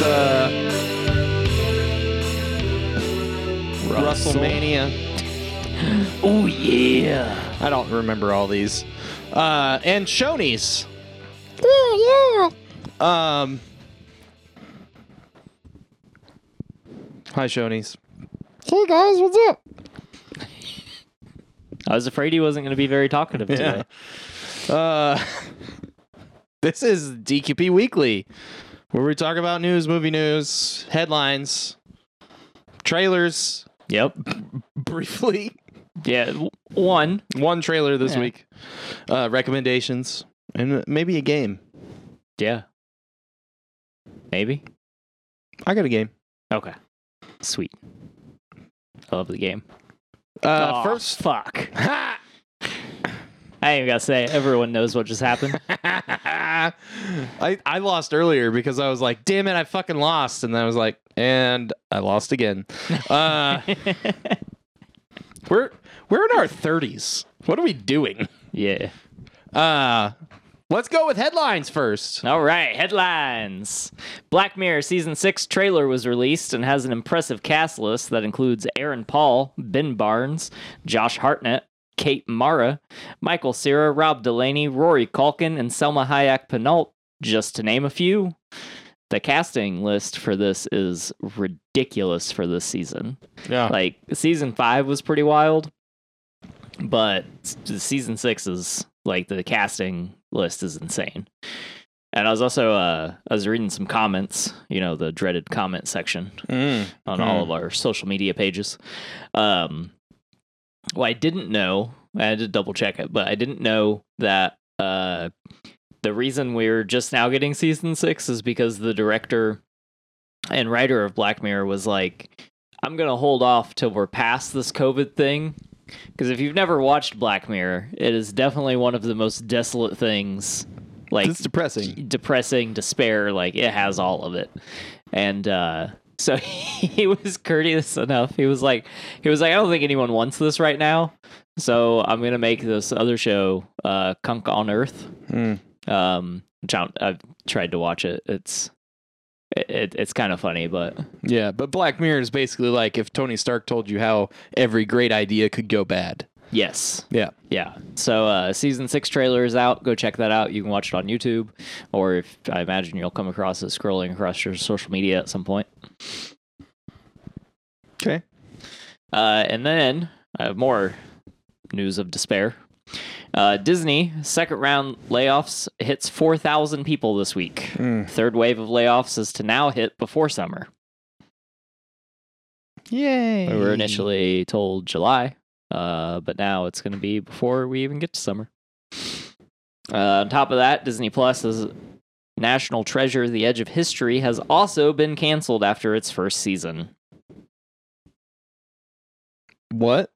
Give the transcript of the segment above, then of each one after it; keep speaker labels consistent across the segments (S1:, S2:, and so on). S1: uh, WrestleMania.
S2: Oh yeah.
S1: I don't remember all these. Uh, and Shoney's.
S2: Yeah,
S1: Um, hi, Shoney's.
S2: Hey guys, what's up? I was afraid he wasn't going to be very talkative today.
S1: Uh, this is DQP Weekly, where we talk about news, movie news, headlines, trailers,
S2: Yep.
S1: briefly.
S2: Yeah. w- One.
S1: One trailer this
S2: Yeah.
S1: week, uh, recommendations, and maybe a game.
S2: Yeah. Maybe.
S1: I got a game.
S2: Okay. Sweet. I love the game.
S1: Uh,
S2: Aw,
S1: First,
S2: fuck. I ain't gotta say. it. Everyone knows what just happened.
S1: I I lost earlier because I was like, "Damn it, I fucking lost," and then I was like, "And I lost again." Uh, we're we're in our thirties. What are we doing?
S2: yeah.
S1: Uh, let's go with headlines first.
S2: All right, headlines. Black Mirror season 6 trailer was released and has an impressive cast list that includes Aaron Paul, Ben Barnes, Josh Hartnett, Kate Mara, Michael Cera, Rob Delaney, Rory Culkin, and Selma Hayek Penault, just to name a few. The casting list for this is ridiculous for this season.
S1: Yeah,
S2: Like season 5 was pretty wild, but s- season 6 is like the casting list is insane. And I was also uh, I was reading some comments, you know, the dreaded comment section on all
S1: Hmm.
S2: of our social media pages. Um, well, I didn't know. I had to double check it, but I didn't know that uh, the reason we're just now getting season six is because the director and writer of Black Mirror was like, "I'm gonna hold off till we're past this COVID thing." Because if you've never watched Black Mirror, it is definitely one of the most desolate things, like
S1: it's depressing.
S2: depressing despair like it has all of it and uh so he was courteous enough he was like he was like i don't think anyone wants this right now so i'm gonna make this other show uh kunk on earth
S1: Mm.
S2: um which I don't- i've tried to watch it it's it, it, it's kind of funny but
S1: Yeah, but Black Mirror is basically like if Tony Stark told you how every great idea could go bad.
S2: yes
S1: Yeah.
S2: Yeah. So uh, season six trailer is out. Go check that out. You can watch it on YouTube, or if I imagine you'll come across it scrolling across your social media at some point.
S1: Okay.
S2: Uh, and then I have more news of despair. Uh, Disney second round layoffs hits four thousand people this week.
S1: Mm.
S2: Third wave of layoffs is to now hit before summer.
S1: Yay.
S2: We were initially told July, uh, but now it's going to be before we even get to summer. Uh, on top of that, Disney Plus's National Treasure: The Edge of History has also been canceled after its first season.
S1: What?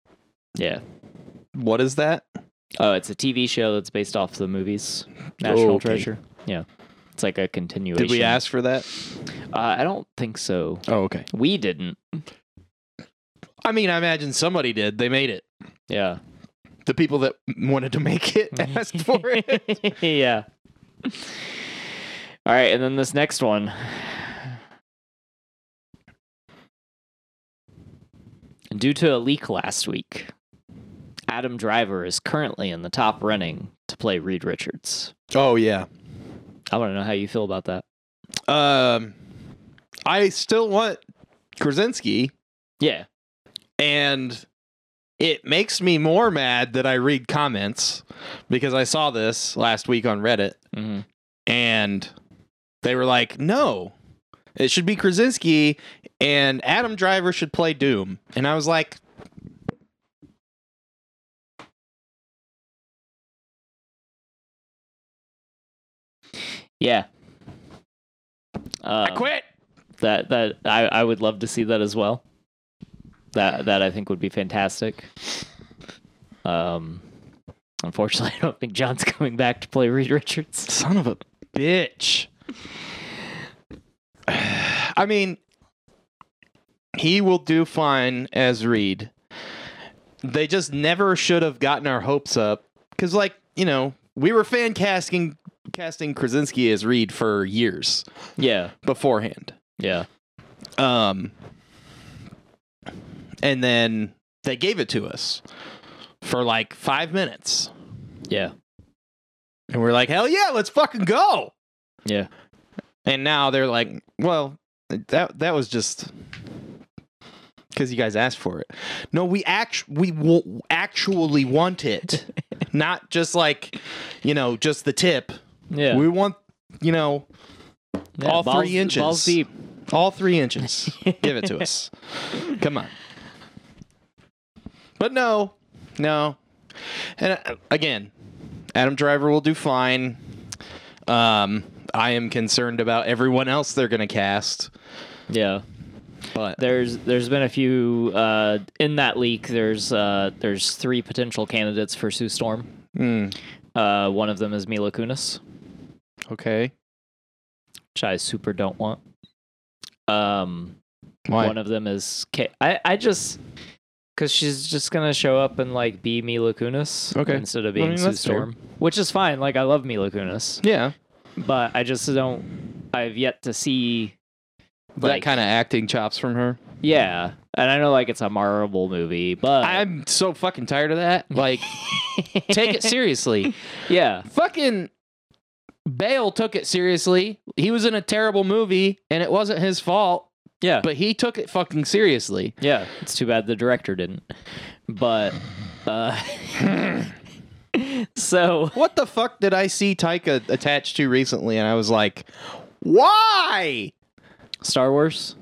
S2: Yeah.
S1: What is that?
S2: Oh, it's a TV show that's based off the movies National
S1: Oh, Okay.
S2: Treasure. Yeah. It's like a continuation.
S1: Did we ask for that?
S2: Uh, I don't think so.
S1: Oh, okay.
S2: We didn't.
S1: I mean, I imagine somebody did. They made it.
S2: Yeah.
S1: The people that wanted to make it asked for it.
S2: Mm-hmm. yeah. All right, and then this next one. Due to a leak last week, Adam Driver is currently in the top running to play Reed Richards.
S1: Oh yeah.
S2: I want to know how you feel about that.
S1: Um, I still want Krasinski,
S2: Yeah.
S1: and it makes me more mad that I read comments because I saw this last week on Reddit,
S2: hmm
S1: and they were like, "No, it should be Krasinski, and Adam Driver should play Doom," and I was like.
S2: Yeah. Uh,
S1: I quit.
S2: That that I, I would love to see that as well. That that I think would be fantastic. Um, unfortunately, I don't think John's coming back to play Reed Richards.
S1: Son of a bitch. I mean, he will do fine as Reed. They just never should have gotten our hopes up because, like, you know, we were fan casting casting Krasinski as Reed for years
S2: Yeah,
S1: beforehand.
S2: yeah,
S1: Um, and then they gave it to us for like five minutes,
S2: Yeah.
S1: and we're like, hell yeah, let's fucking go.
S2: Yeah.
S1: And now they're like, well, that that was just because you guys asked for it. No, we act we w- actually want it, not just like you know just the tip.
S2: Yeah.
S1: We want you know
S2: Yeah,
S1: all
S2: balls-
S1: three inches.
S2: Balls deep.
S1: All three inches. Give it to us. Come on. But no, no. And uh, again, Adam Driver will do fine. Um, I am concerned about everyone else they're going to cast.
S2: Yeah.
S1: But
S2: There's there's been a few uh, in that leak. There's uh, there's three potential candidates for Sue Storm.
S1: Mm,
S2: Uh, one of them is Mila Kunis,
S1: okay.
S2: which I super don't want. Um,
S1: Why?
S2: One of them is K. I, I just because she's just gonna show up and like be Mila Kunis
S1: Okay.
S2: instead of being
S1: mean,
S2: Sue
S1: that's fair.
S2: Storm, which is fine. Like I love Mila Kunis,
S1: yeah,
S2: but I just don't. I've yet to see
S1: that kind of acting chops from her.
S2: Yeah, and I know like it's a Marvel movie, but
S1: I'm so fucking tired of that. Like, take it seriously.
S2: yeah,
S1: fucking Bale took it seriously. He was in a terrible movie and it wasn't his fault,
S2: yeah,
S1: but he took it fucking seriously.
S2: yeah. It's too bad the director didn't, but uh, so
S1: What the fuck did I see Taika attached to recently? And I was like, why?
S2: Star Wars.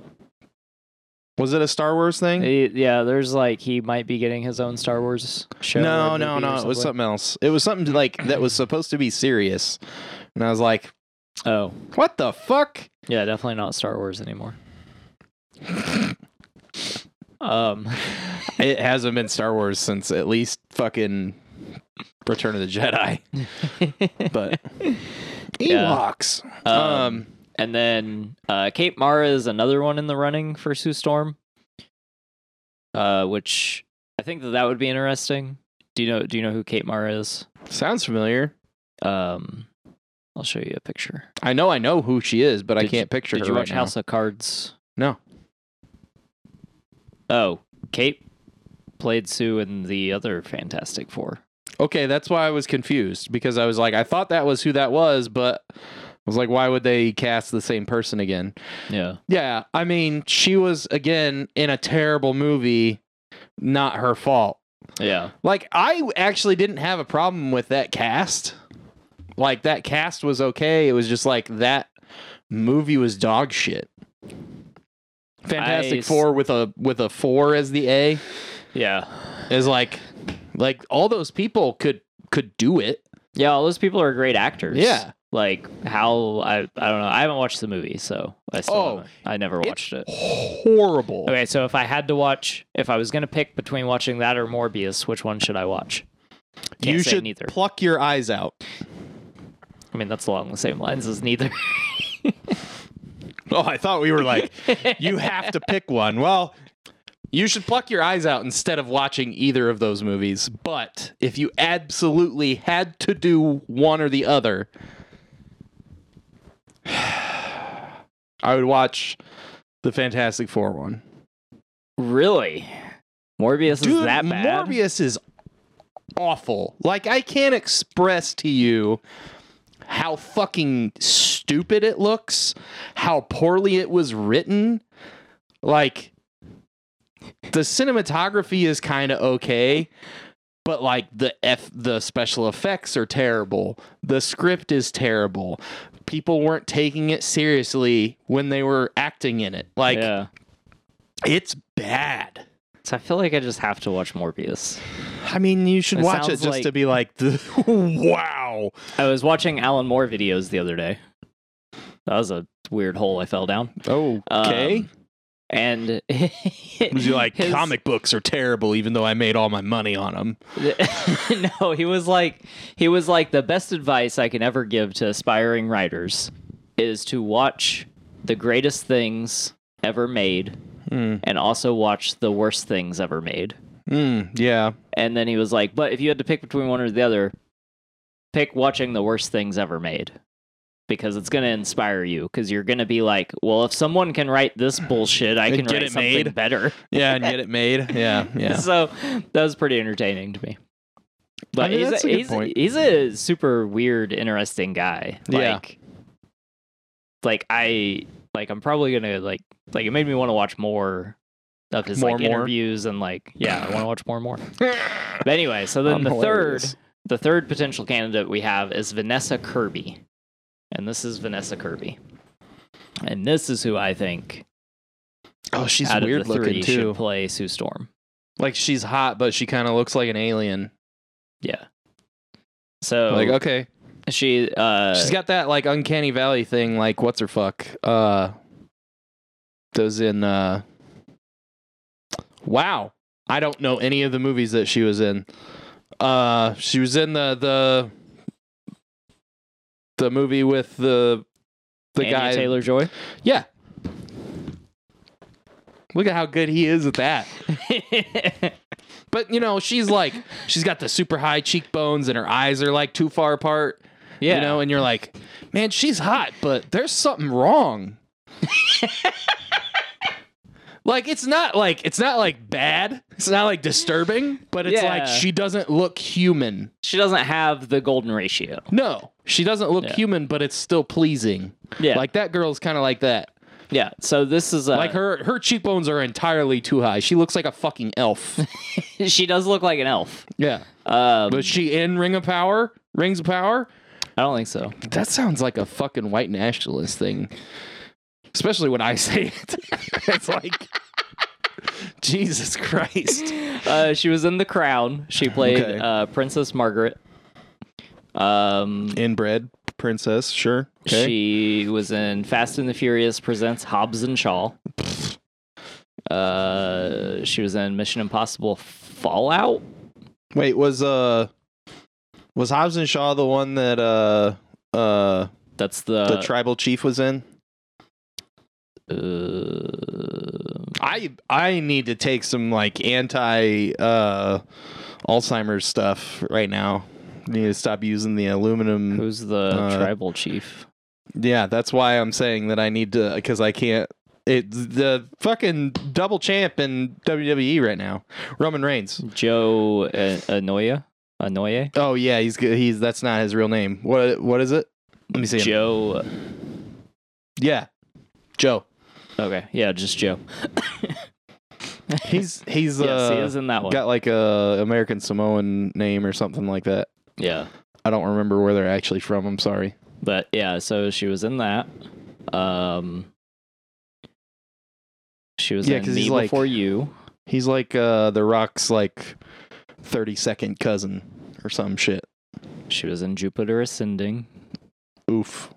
S1: Was it a Star Wars thing?
S2: Eh, Yeah, there's like he might be getting his own Star Wars show.
S1: No,
S2: or
S1: no,
S2: movie or
S1: no. It was
S2: something.
S1: something else. It was something like that was supposed to be serious. And I was like,
S2: Oh,
S1: what the fuck?
S2: yeah, definitely not Star Wars anymore. um,
S1: It hasn't been Star Wars since at least fucking Return of the Jedi. But Ewoks.
S2: um, and then uh, Kate Mara is another one in the running for Sue Storm, uh, which I think that that would be interesting. Do you know? Do you know who Kate Mara is?
S1: Sounds familiar.
S2: Um, I'll show you a picture.
S1: I know I know who she is, but I
S2: Did you-
S1: can't picture
S2: Did
S1: her
S2: you
S1: right
S2: watch
S1: now.
S2: House of Cards?
S1: No.
S2: Oh, Kate played Sue in the other Fantastic Four.
S1: Okay, that's why I was confused because I was like, I thought that was who that was, but I was like, why would they cast the same person again?
S2: Yeah.
S1: Yeah, I mean, she was again in a terrible movie, not her fault.
S2: Yeah.
S1: Like, I actually didn't have a problem with that cast. Like, that cast was okay. It was just like that movie was dog shit. Fantastic
S2: s-
S1: Four with a with a four as the A.
S2: Yeah.
S1: is like like all those people could could do it
S2: Yeah, all those people are great actors.
S1: Yeah.
S2: Like how I I don't know. I haven't watched the movie, so I still
S1: Oh,
S2: haven't. I never watched it.
S1: horrible
S2: Okay, so if I had to watch if I was gonna pick between watching that or Morbius, which one should I watch? Can't
S1: you
S2: say
S1: should
S2: neither.
S1: pluck your eyes out
S2: I mean that's along the same lines as neither.
S1: oh i thought we were like you have to pick one well you should pluck your eyes out instead of watching either of those movies but if you absolutely had to do one or the other i would watch the fantastic four one
S2: really? Morbius is
S1: Dude,
S2: that bad.
S1: Morbius is awful. Like I can't express to you how fucking stupid it looks, how poorly it was written. Like the cinematography is kind of okay, but like the f the special effects are terrible. The script is terrible. People weren't taking it seriously when they were acting in it. Like
S2: yeah.
S1: it's bad.
S2: So I feel like I just have to watch Morbius.
S1: I mean, you should
S2: It
S1: watch it
S2: sounds
S1: just
S2: like-
S1: to be like, the, wow.
S2: I was watching Alan Moore videos the other day. That was a weird hole I fell down.
S1: Okay.
S2: Um, and was
S1: was he like, comic books are terrible, even though I made all my money on them?
S2: no, he was like, he was like, the best advice I can ever give to aspiring writers is to watch the greatest things ever made,
S1: Hmm.
S2: and also watch the worst things ever made.
S1: Mm, yeah.
S2: And then he was like, but if you had to pick between one or the other, pick watching the worst things ever made because it's going to inspire you because you're going to be like, well, if someone can write this bullshit, I
S1: And
S2: can
S1: get
S2: write
S1: it
S2: something
S1: made."
S2: better.
S1: Yeah, and get it made. Yeah, yeah.
S2: So that was pretty entertaining to me. But
S1: mean,
S2: he's,
S1: that's
S2: a,
S1: a good
S2: he's,
S1: point.
S2: he's a super weird, interesting guy.
S1: Yeah.
S2: Like, like I like I'm probably gonna like like it made me want to watch more of his
S1: More,
S2: like
S1: more?
S2: interviews and like yeah I want to watch more and more. But anyway, so then
S1: I'm
S2: the
S1: hilarious.
S2: third the third potential candidate we have is Vanessa Kirby. And this is Vanessa Kirby. And this is who I think
S1: Oh, she's
S2: out
S1: weird
S2: of the three
S1: looking too.
S2: should play Sue Storm.
S1: Like she's hot, but she kind of looks like an alien.
S2: Yeah. So
S1: Like okay,
S2: she uh
S1: she's got that like uncanny valley thing. Like what's her fuck? Uh, those in. uh Wow, I don't know any of the movies that she was in. Uh, she was in the the the movie with the the guy
S2: Taylor Joy.
S1: Yeah. Look at how good he is at that. But you know, she's like she's got the super high cheekbones and her eyes are like too far apart.
S2: yeah.
S1: You know, and you're like, man, she's hot, but there's something wrong. like it's not like it's not like bad. It's not like disturbing, but it's
S2: Yeah.
S1: like she doesn't look human.
S2: she doesn't have the golden ratio.
S1: No, she doesn't look
S2: Yeah.
S1: human, but it's still pleasing.
S2: Yeah.
S1: Like that girl's kind of like that.
S2: yeah. So this is uh,
S1: Like her her cheekbones are entirely too high. She looks like a fucking elf.
S2: she does look like an elf.
S1: yeah.
S2: Um,
S1: Was she in Ring of Power? Rings of Power?
S2: I don't think so.
S1: That sounds like a fucking white nationalist thing. Especially when I say it. it's like Jesus Christ.
S2: Uh, she was in The Crown. She played
S1: Okay.
S2: uh, Princess Margaret. Um,
S1: Inbred princess, sure.
S2: She was in Fast and the Furious presents Hobbs and Shaw. Uh, she was in Mission Impossible Fallout.
S1: Wait, was uh was Hobbs and Shaw the one that uh uh
S2: That's the,
S1: tribal chief was in?
S2: uh,
S1: I I need to take some like anti uh Alzheimer's stuff right now. need to stop using the aluminum.
S2: who's the
S1: Uh,
S2: tribal chief?
S1: Yeah, that's why I'm saying that I need to because I can't. It's the fucking double champ in WWE right now, Roman Reigns.
S2: Joe A- Anoya. Anoye.
S1: Oh yeah, he's good. He's that's not his real name. What what is it? Let me see. him.
S2: Joe. uh,
S1: Yeah, Joe.
S2: Okay, yeah, just Joe.
S1: He's he's
S2: yes,
S1: uh
S2: he is in that one.
S1: got like a American Samoan name or something like that.
S2: yeah,
S1: I don't remember where they're actually from. I'm sorry.
S2: but yeah, so she was in that. Um, she was
S1: Yeah,
S2: in
S1: 'cause
S2: Me
S1: he's like-
S2: Before You.
S1: He's like uh The Rock's like thirty second cousin or some shit.
S2: She was in Jupiter Ascending.
S1: Oof.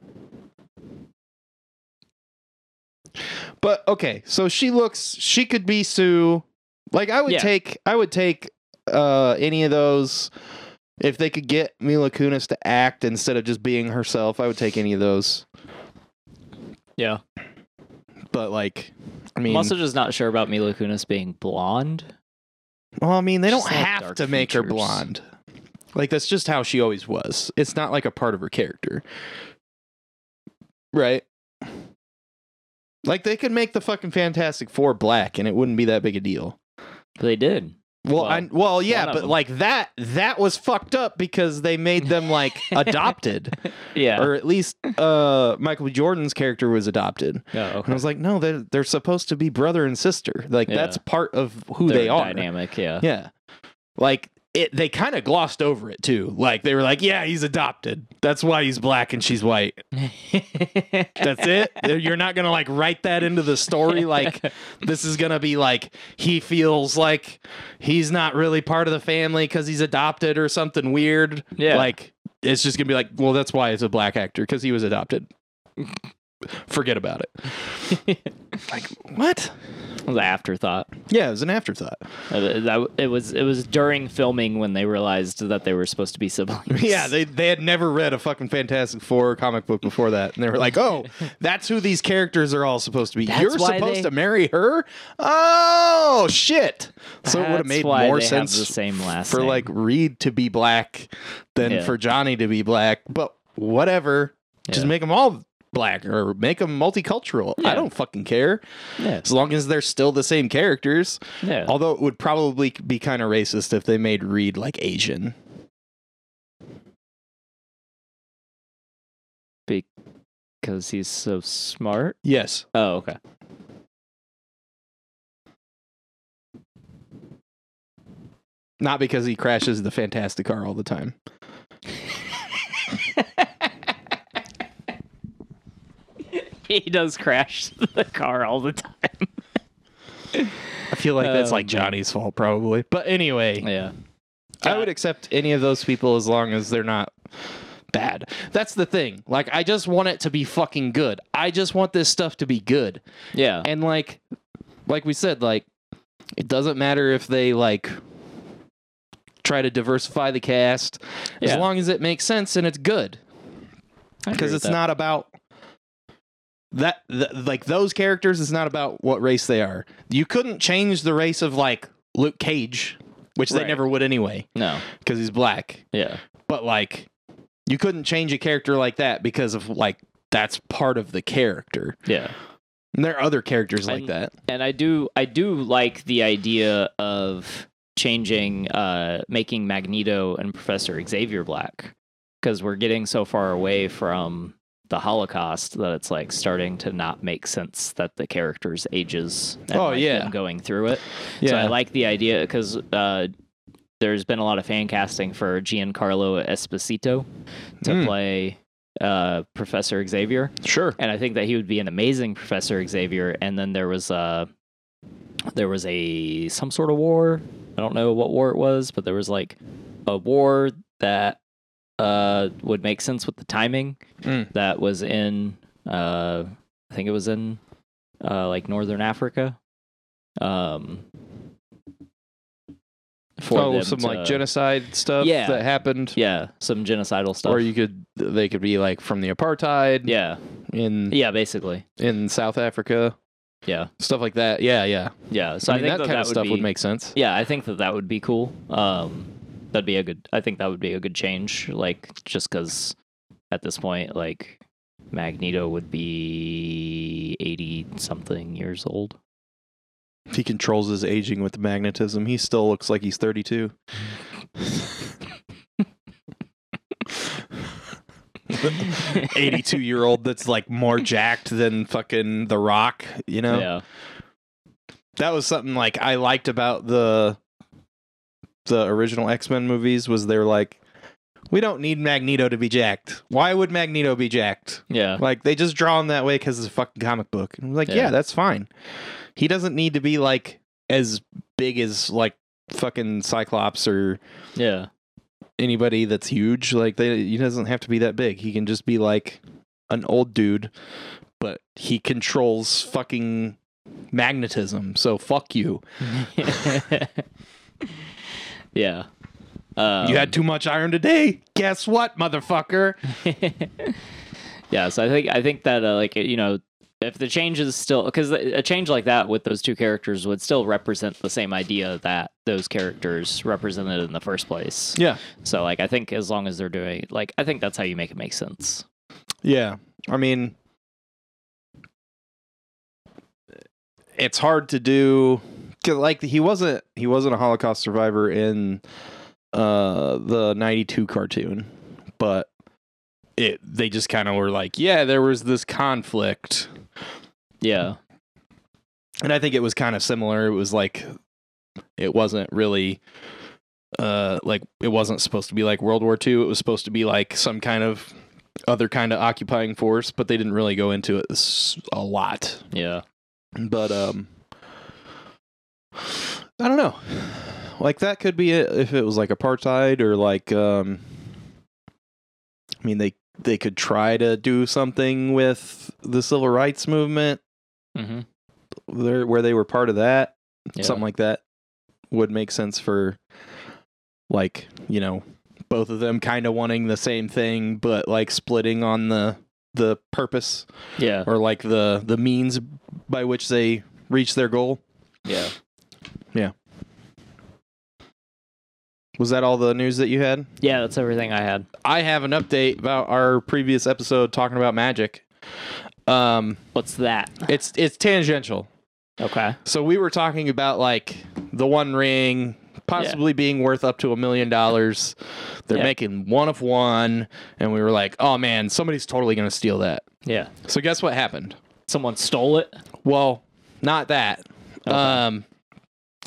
S1: But okay, so she looks she could be Sue. Like I would
S2: Yeah.
S1: take I would take uh any of those if they could get Mila Kunis to act instead of just being herself, I would take any of those.
S2: Yeah,
S1: But like I
S2: I'm
S1: mean,
S2: also just not sure about Mila Kunis being blonde.
S1: well, I mean, they don't
S2: she's got
S1: have
S2: dark
S1: to make her
S2: features.
S1: blonde. Like that's just how she always was. It's not like a part of her character. Right? Like they could make the fucking Fantastic Four black and it wouldn't be that big a deal.
S2: But they did.
S1: Well,
S2: Well,
S1: I, well, yeah,
S2: one of
S1: but
S2: them.
S1: like that that was fucked up because they made them like adopted
S2: Yeah.
S1: or at least uh Michael B. Jordan's character was adopted.
S2: oh,
S1: And I
S2: okay.
S1: was like, no, they're they're supposed to be brother and sister. Like
S2: Yeah.
S1: that's part of who
S2: Their
S1: they are.
S2: Dynamic. Yeah.
S1: Yeah. Like it they kind of glossed over it too. Like they were like, yeah, he's adopted. That's why he's black and she's white. That's it. You're not going to like write that into the story like this is going to be like he feels like he's not really part of the family cuz he's adopted or something weird.
S2: Yeah.
S1: Like it's just going to be like, well, that's why it's a black actor cuz he was adopted. Forget about it. like what?
S2: the afterthought.
S1: Yeah, it was an afterthought.
S2: Uh, that- It was it was during filming when they realized that they were supposed to be siblings.
S1: Yeah, they, they had never read a fucking Fantastic Four comic book before that. And they were like, oh, that's who these characters are all supposed to be.
S2: That's
S1: You're
S2: why
S1: supposed
S2: they-
S1: to marry her? Oh, shit. So it would have
S2: That's
S1: made
S2: why
S1: more
S2: they have
S1: sense
S2: the same last
S1: for
S2: name.
S1: like Reed to be black than
S2: Yeah.
S1: for Johnny to be black. But whatever. Just
S2: Yeah.
S1: make them all black or make them multicultural. I
S2: Yeah.
S1: don't fucking care.
S2: Yeah.
S1: As long as they're still the same characters.
S2: Yeah.
S1: Although it would probably be kind of racist if they made Reed like Asian.
S2: Because he's so smart.
S1: Yes.
S2: Oh, okay.
S1: Not because he crashes the fantastic car all the time.
S2: He does crash the car all the time.
S1: I feel like that's
S2: Oh,
S1: like
S2: man.
S1: Johnny's fault probably. But anyway,
S2: Yeah.
S1: I would accept any of those people as long as they're not bad. That's the thing. Like I just want it to be fucking good. I just want this stuff to be good.
S2: Yeah.
S1: And like like we said like it doesn't matter if they like try to diversify the cast as
S2: Yeah.
S1: long as it makes sense and it's good
S2: I agree
S1: because
S2: with
S1: it's
S2: that.
S1: not about that th- like those characters it's not about what race they are you couldn't change the race of like luke cage which they
S2: Right.
S1: never would anyway
S2: No.
S1: because he's black
S2: Yeah.
S1: but like you couldn't change a character like that because of like that's part of the character
S2: Yeah.
S1: and there are other characters like
S2: And-
S1: that
S2: and I do I do like the idea of changing uh making Magneto and Professor Xavier black because we're getting so far away from the Holocaust that it's like starting to not make sense that the characters ages and
S1: Oh,
S2: like,
S1: yeah.
S2: them going through it. So I like the idea because uh, there's been a lot of fan casting for Giancarlo Esposito to
S1: Hmm.
S2: play uh, Professor Xavier
S1: sure
S2: and I think that he would be an amazing Professor Xavier. And then there was a there was a some sort of war. I don't know what war it was, but there was like a war that uh, would make sense with the timing
S1: Mm.
S2: that was in uh, I think it was in uh, like northern Africa. Um, for
S1: oh
S2: them
S1: some
S2: to-
S1: like genocide stuff
S2: Yeah.
S1: that happened
S2: yeah, some genocidal stuff.
S1: or you could they could be like from the apartheid
S2: yeah,
S1: in
S2: yeah, basically,
S1: in South Africa,
S2: yeah,
S1: stuff like that. Yeah, yeah.
S2: yeah. So
S1: I
S2: I,
S1: mean,
S2: think
S1: that,
S2: that,
S1: kind of
S2: would
S1: stuff
S2: be,
S1: would make sense.
S2: Yeah, I think that that would be cool. Um, that'd be a good. I think that would be a good change. Like, just because at this point, like Magneto would be eighty something years old.
S1: If he controls his aging with magnetism, he still looks like he's 32. Eighty-two year old that's like more jacked than fucking The Rock, you know.
S2: Yeah,
S1: That was something like I liked about the the original X Men movies was they're like, we don't need Magneto to be jacked. Why would Magneto be jacked?
S2: yeah,
S1: Like they just draw him that way because it's a fucking comic book. And I'm like, yeah.
S2: Yeah.
S1: that's fine. He doesn't need to be like as big as like fucking Cyclops or
S2: yeah,
S1: anybody that's huge. Like they, he doesn't have to be that big. He can just be like an old dude, but he controls fucking magnetism. So fuck you.
S2: yeah. Um,
S1: you had too much iron today. Guess what, motherfucker?
S2: yeah, so I think I think that uh, like you know, if the change is still because a change like that with those two characters would still represent the same idea that those characters represented in the first place.
S1: Yeah,
S2: So like I think as long as they're doing like I think that's how you make it make sense.
S1: yeah. I mean, it's hard to do 'cause, like he wasn't he wasn't a holocaust survivor in uh the 92 cartoon but it they just kind of were like yeah there was this conflict
S2: Yeah.
S1: and i think it was kind of similar it was like it wasn't really uh like it wasn't supposed to be like world war ii it was supposed to be like some kind of other kind of occupying force but they didn't really go into it s- a lot
S2: Yeah.
S1: but um i don't know like that could be it if it was like apartheid or like um i mean they they could try to do something with the civil rights movement
S2: Mm-hmm.
S1: there where they were part of that
S2: Yeah.
S1: something like that would make sense for like you know both of them kind of wanting the same thing but like splitting on the the purpose
S2: Yeah.
S1: or like the the means by which they reach their goal
S2: Yeah.
S1: Yeah. Was that all the news that you had?
S2: Yeah, that's everything I had.
S1: I have an update about our previous episode talking about magic. Um,
S2: What's that?
S1: it's it's tangential.
S2: Okay.
S1: So we were talking about like the One Ring possibly being worth up to a million dollars. They're
S2: Yeah.
S1: making one of one, and we were like, "Oh man, somebody's totally gonna steal that."
S2: Yeah.
S1: So guess what happened?
S2: Someone stole it.
S1: Well, not that. Um,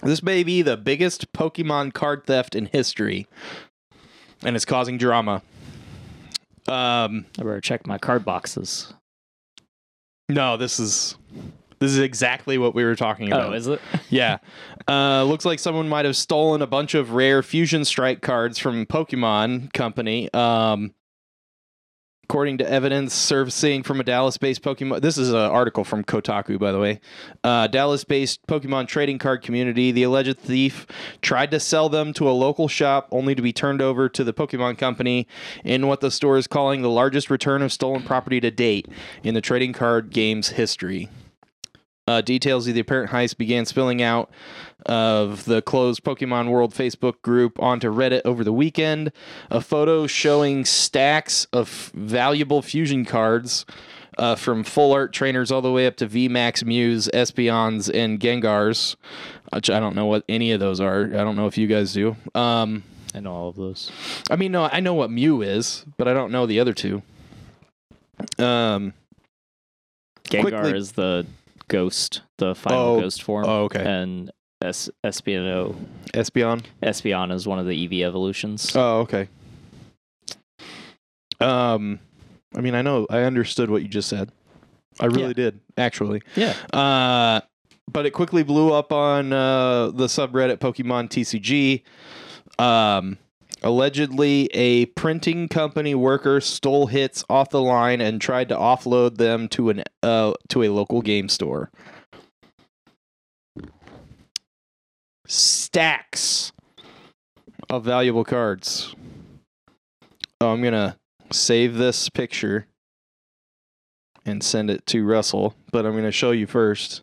S1: this may be the biggest Pokemon card theft in history, and it's causing drama. Um,
S2: I better check my card boxes.
S1: no, this is this is exactly what we were talking about.
S2: Oh, is it?
S1: Yeah. Uh, looks like someone might have stolen a bunch of rare Fusion Strike cards from Pokemon Company. Um, according to evidence surfacing from a Dallas based Pokemon. This is an article from Kotaku, by the way. Uh, Dallas based Pokemon trading card community. The alleged thief tried to sell them to a local shop only to be turned over to the Pokemon Company in what the store is calling the largest return of stolen property to date in the trading card game's history. Uh, details of the apparent heist began spilling out of the closed Pokemon World Facebook group onto Reddit over the weekend. A photo showing stacks of valuable fusion cards uh, from full art trainers all the way up to VMAX, Muse, Espeons, and Gengars, which I don't know what any of those are. I don't know if you guys do. Um,
S2: I know all of those.
S1: I mean, no, I know what Mew is, but I don't know the other two. Um,
S2: Gengar
S1: Quickly-
S2: is the ghost, the final
S1: Oh,
S2: ghost form,
S1: oh, okay.
S2: and S- Espiono
S1: Espeon.
S2: Espeon is one of the EV evolutions.
S1: Oh, okay. Um, I mean, I know I understood what you just said. I really
S2: Yeah.
S1: did, actually.
S2: yeah.
S1: Uh, but it quickly blew up on uh, the subreddit Pokemon TCG. Um, allegedly, a printing company worker stole hits off the line and tried to offload them to an uh, to a local game store. Stacks of valuable cards. Oh, I'm gonna save this picture and send it to Russell, but I'm going to show you first.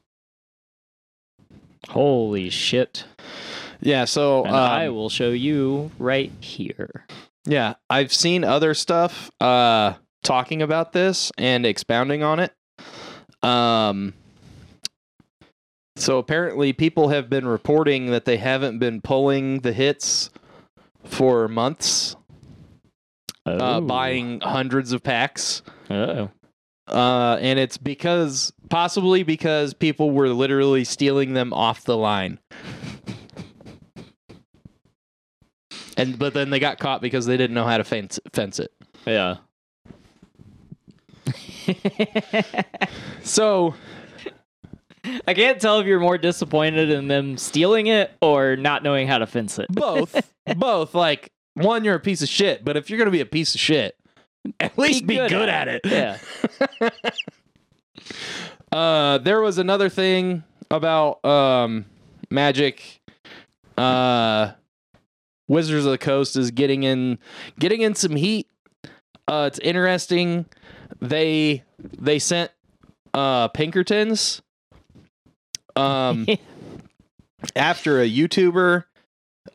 S2: Holy shit.
S1: Yeah, so
S2: And I
S1: um,
S2: will show you right here.
S1: yeah, I've seen other stuff uh talking about this and expounding on it. Um so apparently people have been reporting that they haven't been pulling the hits for months, uh,
S2: Oh.
S1: buying hundreds of packs.
S2: Oh.
S1: Uh, and it's because possibly because people were literally stealing them off the line. And but then they got caught because they didn't know how to fence fence it.
S2: Yeah.
S1: So
S2: I can't tell if you're more disappointed in them stealing it or not knowing how to fence it.
S1: both both like one you're a piece of shit, but if you're gonna be a piece of shit, at least be good, at it.
S2: Yeah.
S1: Uh, there was another thing about um, magic. Uh, Wizards of the Coast is getting in, getting in some heat. Uh, it's interesting. They they sent uh, Pinkertons um, after a YouTuber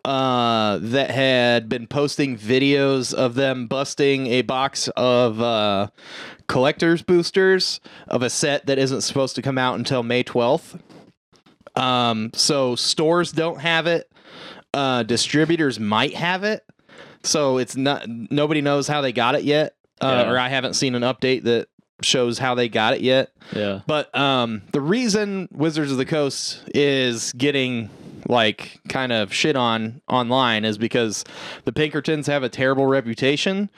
S1: uh, that had been posting videos of them busting a box of uh, collectors boosters of a set that isn't supposed to come out until May 12th. Um, so stores don't have it. Uh, distributors might have it. So it's not nobody knows how they got it yet. Uh,
S2: Yeah.
S1: Or I haven't seen an update that shows how they got it yet.
S2: Yeah.
S1: But um, the reason Wizards of the Coast is getting like kind of shit on online is because the Pinkertons have a terrible reputation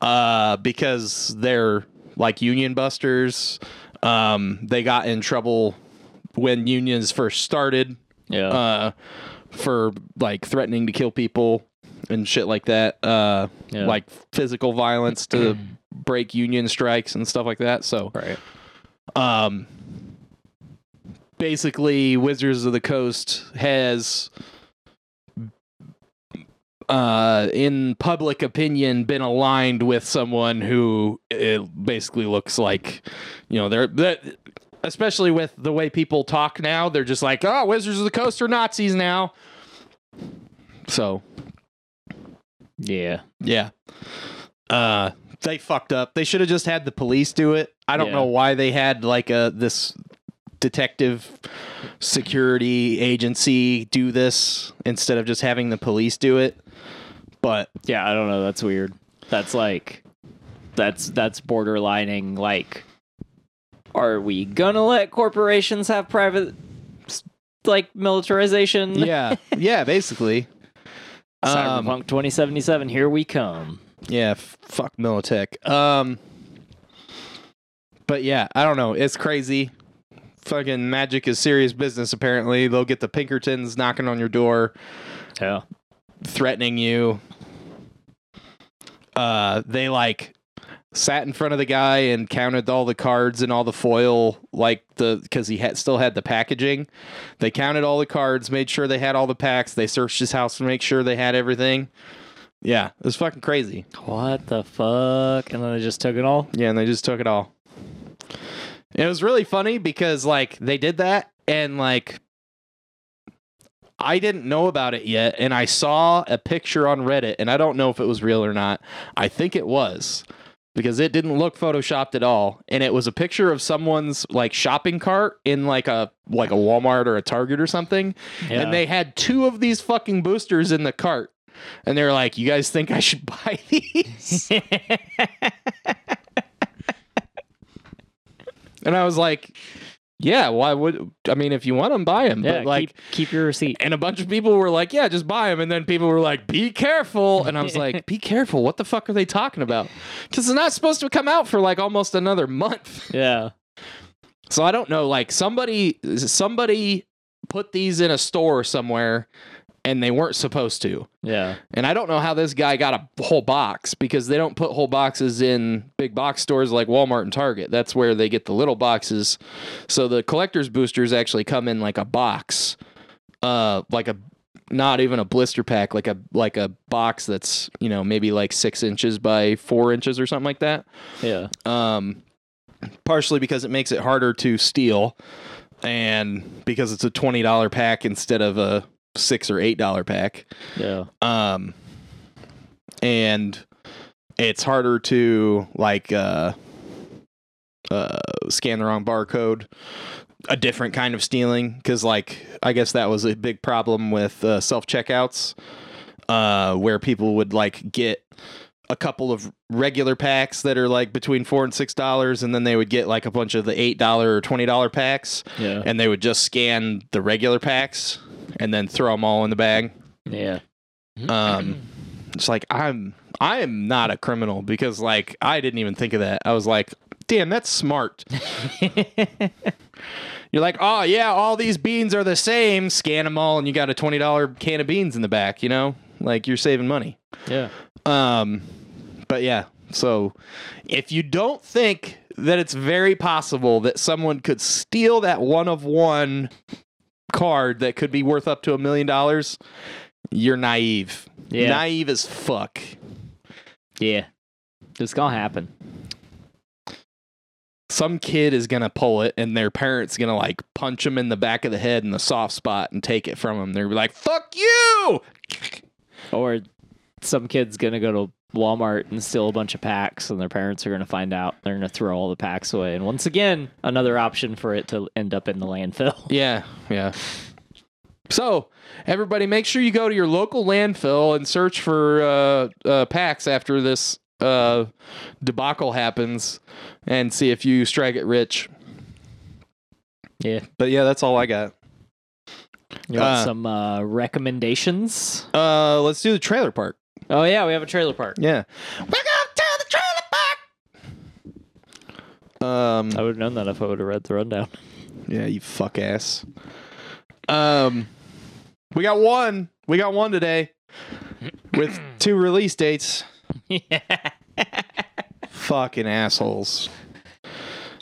S1: uh, because they're like union busters. Um, they got in trouble when unions first started
S2: Yeah.
S1: uh, for like threatening to kill people and shit like that, uh,
S2: Yeah.
S1: like physical violence to break union strikes and stuff like that. So
S2: right.
S1: um basically wizards of the coast has uh in public opinion been aligned with someone who it basically looks like you know they're that especially with the way people talk now they're just like oh wizards of the coast are nazis now so
S2: Yeah.
S1: Yeah. Uh they fucked up. They should have just had the police do it. I don't
S2: Yeah.
S1: know why they had like a this detective security agency do this instead of just having the police do it. But
S2: Yeah, I don't know. That's weird. That's like that's that's borderlining like are we gonna let corporations have private s- like militarization?
S1: yeah, yeah, basically.
S2: Cyberpunk
S1: Um,
S2: 2077, here we come.
S1: yeah, f- fuck Militech. Um But yeah, I don't know. It's crazy. Fucking magic is serious business apparently. They'll get the Pinkertons knocking on your door.
S2: Yeah.
S1: threatening you. Uh, they like sat in front of the guy and counted all the cards and all the foil, like the because he had still had the packaging. They counted all the cards, made sure they had all the packs. They searched his house to make sure they had everything. Yeah, it was fucking crazy.
S2: What the fuck? And then they just took it all?
S1: Yeah, and they just took it all. And it was really funny because like they did that and like I didn't know about it yet and I saw a picture on Reddit and I don't know if it was real or not. I think it was because it didn't look photoshopped at all and it was a picture of someone's like shopping cart in like a like a Walmart or a Target or something
S2: Yeah.
S1: and they had two of these fucking boosters in the cart and they're like you guys think I should buy these? And I was like, yeah, why would I mean if you want them, buy them.
S2: yeah,
S1: but like,
S2: keep, keep your receipt.
S1: and a bunch of people were like, yeah, just buy them. And then people were like, be careful. And I was like, be careful. What the fuck are they talking about? Because it's not supposed to come out for like almost another month.
S2: Yeah.
S1: So I don't know. Like somebody, somebody put these in a store somewhere, and they weren't supposed to.
S2: Yeah.
S1: And I don't know how this guy got a whole box because they don't put whole boxes in big box stores like Walmart and Target. That's where they get the little boxes. So the collector's boosters actually come in like a box, uh, like a not even a blister pack, like a like a box that's you know maybe like six inches by four inches or something like that
S2: Yeah.
S1: um, partially because it makes it harder to steal, and because it's a twenty dollar pack instead of a six or eight dollar pack.
S2: Yeah.
S1: Um, and it's harder to like uh, uh, scan the wrong barcode. A different kind of stealing, because like I guess that was a big problem with uh, self checkouts, uh, where people would like get a couple of regular packs that are like between four and six dollars, and then they would get like a bunch of the eight dollar or twenty dollar packs,
S2: Yeah.
S1: and they would just scan the regular packs and then throw them all in the bag.
S2: Yeah.
S1: Um, it's like I'm I am not a criminal because like I didn't even think of that. I was like, damn, that's smart. You're like, oh yeah, all these beans are the same. Scan them all, and you got a twenty dollar can of beans in the back. You know, like you're saving money.
S2: yeah.
S1: Um, but yeah, so if you don't think that it's very possible that someone could steal that one of one card that could be worth up to a million dollars, you're naive.
S2: Yeah.
S1: Naive as fuck.
S2: Yeah. It's gonna happen.
S1: Some kid is gonna pull it, and their parents gonna like punch him in the back of the head in the soft spot and take it from him. They're gonna be like, "Fuck you!"
S2: Or some kid's gonna go to Walmart and steal a bunch of packs, and their parents are gonna find out. They're gonna throw all the packs away, and once again, another option for it to end up in the landfill.
S1: Yeah, yeah. So, everybody, make sure you go to your local landfill and search for uh, uh, packs after this uh, debacle happens, and see if you strike it rich.
S2: Yeah.
S1: But yeah, that's all I got.
S2: You want
S1: Uh.
S2: some uh, recommendations?
S1: Uh, let's do the trailer park.
S2: Oh yeah, we have a trailer park.
S1: Yeah. We're going to the trailer park. Um.
S2: I would have known that if I would have read the rundown.
S1: Yeah, you fuck ass. Um, we got one. We got one today with two release dates.
S2: yeah.
S1: Fucking assholes.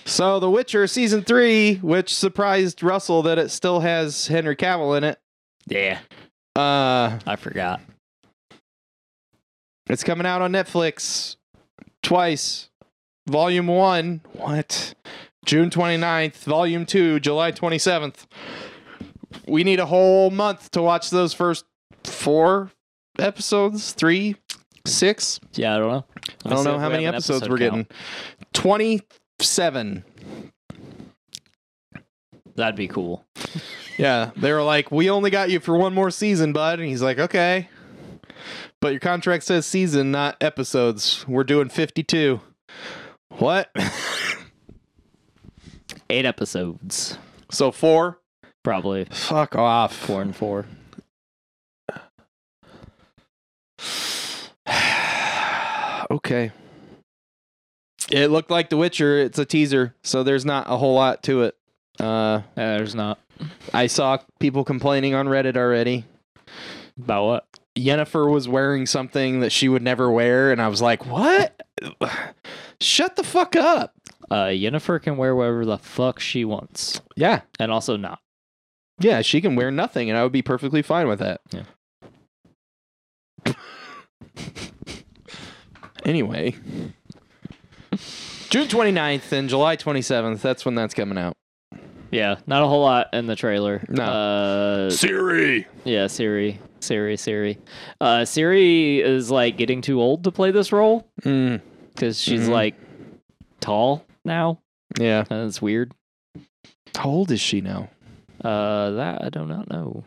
S1: So, The Witcher season three, which surprised Russell that it still has Henry Cavill in it.
S2: Yeah.
S1: Uh,
S2: I forgot.
S1: it's coming out on Netflix twice. Volume one, what? June 29th. Volume two, July 27th. We need a whole month to watch those first four episodes, three, six.
S2: Yeah, I don't know.
S1: I don't know how many episodes we're getting. Twenty-seven.
S2: That'd be cool.
S1: Yeah, they were like, "We only got you for one more season, bud," and he's like, "Okay." But your contract says season, not episodes. We're doing fifty-two. What?
S2: Eight episodes,
S1: so four?
S2: probably.
S1: Fuck off.
S2: Four and four.
S1: okay. It looked like The Witcher. It's a teaser, so there's not a whole lot to it. Uh,
S2: Yeah, there's not.
S1: I saw people complaining on Reddit already.
S2: About what?
S1: Yennefer was wearing something that she would never wear, and I was like, "What? Shut the fuck up!"
S2: Uh, Yennefer can wear whatever the fuck she wants,
S1: Yeah,
S2: and also not.
S1: yeah, she can wear nothing, and I would be perfectly fine with that.
S2: Yeah.
S1: anyway, June 29th and July 27th. That's when that's coming out.
S2: Yeah, not a whole lot in the trailer.
S1: No.
S2: Uh,
S1: Siri.
S2: yeah, Siri, Siri, Siri. Uh, Siri is like getting too old to play this role
S1: Mm,
S2: because she's
S1: Mhm.
S2: like tall now.
S1: yeah.
S2: And it's weird.
S1: How old is she now?
S2: Uh, that I do not know.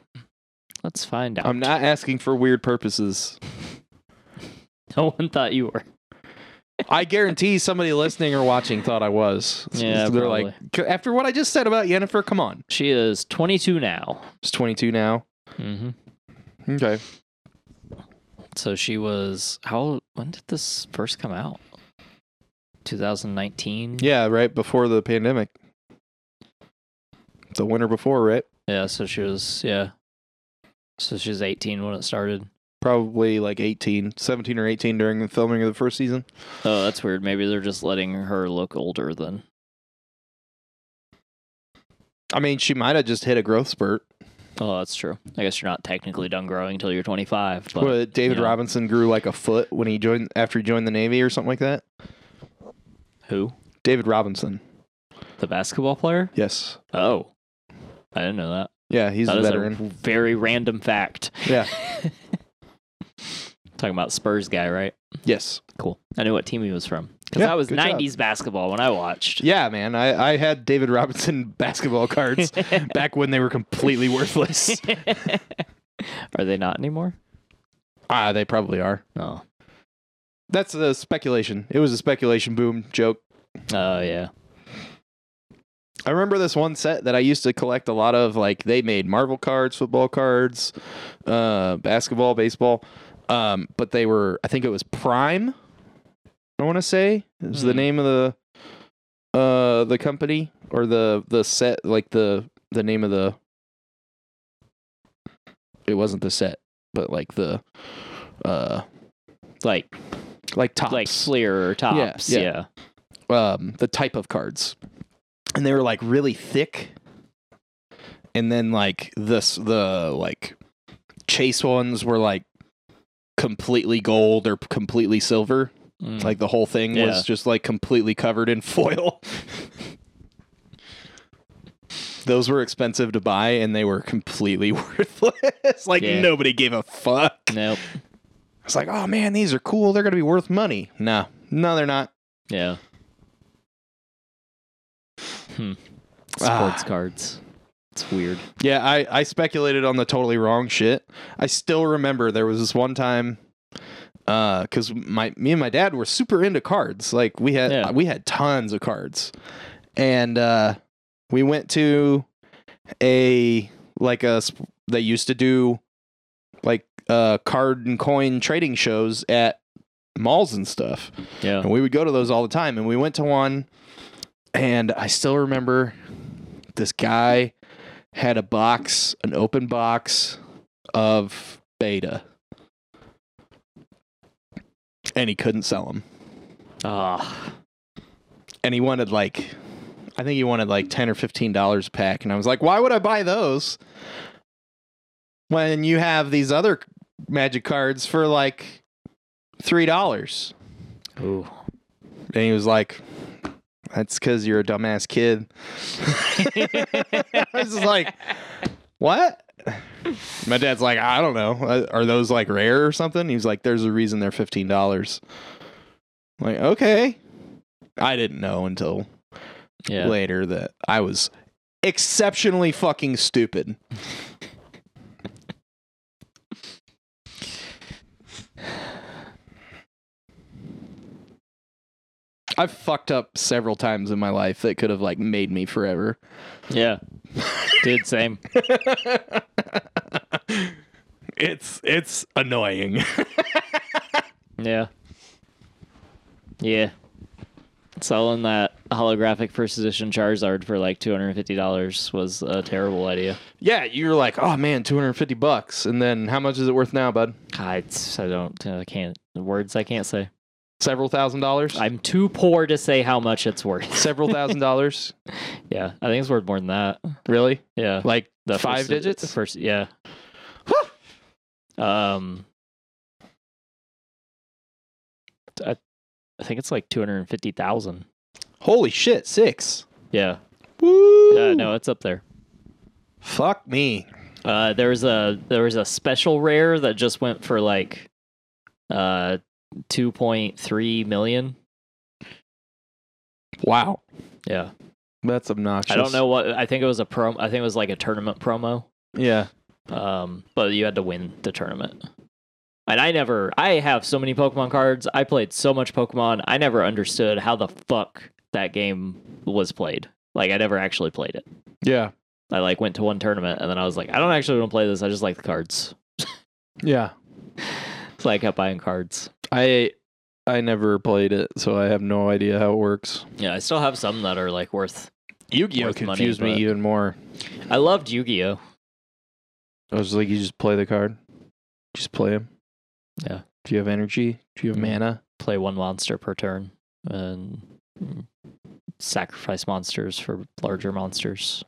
S2: Let's find out.
S1: I'm not asking for weird purposes.
S2: No one thought you were.
S1: I guarantee somebody listening or watching thought I was.
S2: Yeah,
S1: they're like, "C- after what I just said about Yennefer, come on.
S2: She is 22 now.
S1: She's 22 now.
S2: hmm
S1: Okay.
S2: So she was how? When did this first come out? 2019.
S1: Yeah, right before the pandemic. The winter before, right?
S2: Yeah. So she was. Yeah. So she was 18 when it started.
S1: Probably like 18, 17 or 18 during the filming of the first season.
S2: Oh, that's weird. Maybe they're just letting her look older then.
S1: I mean, she might have just hit a growth spurt.
S2: Oh, that's true. I guess you're not technically done growing until you're 25. But
S1: What, David
S2: yeah.
S1: Robinson grew like a foot when he joined after he joined the Navy or something like that.
S2: who?
S1: David Robinson.
S2: The basketball player?
S1: Yes.
S2: Oh, I didn't know that.
S1: Yeah, he's
S2: That
S1: a
S2: is
S1: veteran.
S2: a very random fact.
S1: Yeah.
S2: Talking about Spurs guy, right?
S1: Yes.
S2: Cool. I knew what team he was from because
S1: Yeah,
S2: that was
S1: good job.
S2: 90s basketball when I watched.
S1: Yeah, man. I, I had David Robinson basketball cards back when they were completely worthless.
S2: Are they not anymore?
S1: ah, they probably are.
S2: No.
S1: That's a speculation. It was a speculation boom joke.
S2: Oh yeah.
S1: I remember this one set that I used to collect a lot of. Like they made Marvel cards, football cards, uh, basketball, baseball. Um, but they were, I think it was Prime. I want to say is the
S2: Hmm.
S1: name of the uh the company or the the set like the the name of the. It wasn't the set, but like the, uh,
S2: Like
S1: like tops,
S2: like Fleer or tops.
S1: yeah.
S2: Yeah.
S1: um, the type of cards, and they were like really thick. And then like this, the like chase ones were like completely gold or completely silver.
S2: Mm.
S1: Like the whole thing
S2: Yeah.
S1: was just like completely covered in foil. Those were expensive to buy, and they were completely worthless. like
S2: Yeah.
S1: nobody gave a fuck.
S2: nope.
S1: It's like, oh man, these are cool. They're gonna be worth money. No, no, they're not.
S2: Yeah. Hmm.
S1: Ah.
S2: Sports cards. It's weird.
S1: Yeah, I, I speculated on the totally wrong shit. I still remember there was this one time because my me and my dad were super into cards. Like we had
S2: Yeah.
S1: we had tons of cards, and uh, we went to a like a sp- they used to do like uh, card and coin trading shows at malls and stuff.
S2: Yeah.
S1: And we would go to those all the time. And we went to one, and I still remember this guy had a box, an open box of beta, and he couldn't sell them.
S2: Ah.
S1: And he wanted like, I think he wanted like ten or fifteen dollars a pack. And I was like, why would I buy those when you have these other magic cards for like three dollars?
S2: Ooh.
S1: And he was like, That's because you're a dumbass kid. I was just like, What? My dad's like, I don't know. Uh, Are those like rare or something? He's like, there's a reason they're fifteen dollars. Like, okay. I didn't know until
S2: Yeah.
S1: later that I was exceptionally fucking stupid. I've fucked up several times in my life that could have like made me forever.
S2: Yeah. Dude, same.
S1: it's it's annoying.
S2: Yeah. Yeah. Selling that holographic first edition Charizard for like $250 was a terrible idea.
S1: yeah, you're like, oh man, two hundred fifty bucks, and then how much is it worth now, bud?
S2: I, I don't, uh, I can't, words I can't say.
S1: Several thousand dollars.
S2: I'm too poor to say how much it's worth.
S1: Several thousand dollars.
S2: Yeah. I think it's worth more than that.
S1: Really?
S2: Yeah.
S1: Like
S2: The
S1: five
S2: first-
S1: digits?
S2: the First, yeah. um, I, I think it's like 250,000.
S1: Holy shit, six.
S2: Yeah.
S1: Woo!
S2: Yeah. No, it's up there.
S1: Fuck me.
S2: Uh, there was a there was a special rare that just went for like uh 2.3 million.
S1: Wow.
S2: Yeah.
S1: That's obnoxious.
S2: I don't know what I think it was a prom I think it was like a tournament promo.
S1: Yeah.
S2: Um but you had to win the tournament. And I never I have so many Pokemon cards. I played so much Pokemon. I never understood how the fuck that game was played. Like I never actually played it.
S1: Yeah.
S2: I like went to one tournament and then I was like, I don't actually want to play this. I just like the cards.
S1: Yeah.
S2: So I kept buying cards.
S1: I I never played it, so I have no idea how it works.
S2: Yeah, I still have some that are like worth.
S1: Yu-Gi-Oh
S2: Worth money,
S1: confused me
S2: but-
S1: even more.
S2: I loved Yu Gi Oh.
S1: I was like, you just play the card. Just play him.
S2: Yeah.
S1: Do you have energy? Do you have
S2: Mhm.
S1: mana?
S2: Play one monster per turn and sacrifice monsters for larger monsters.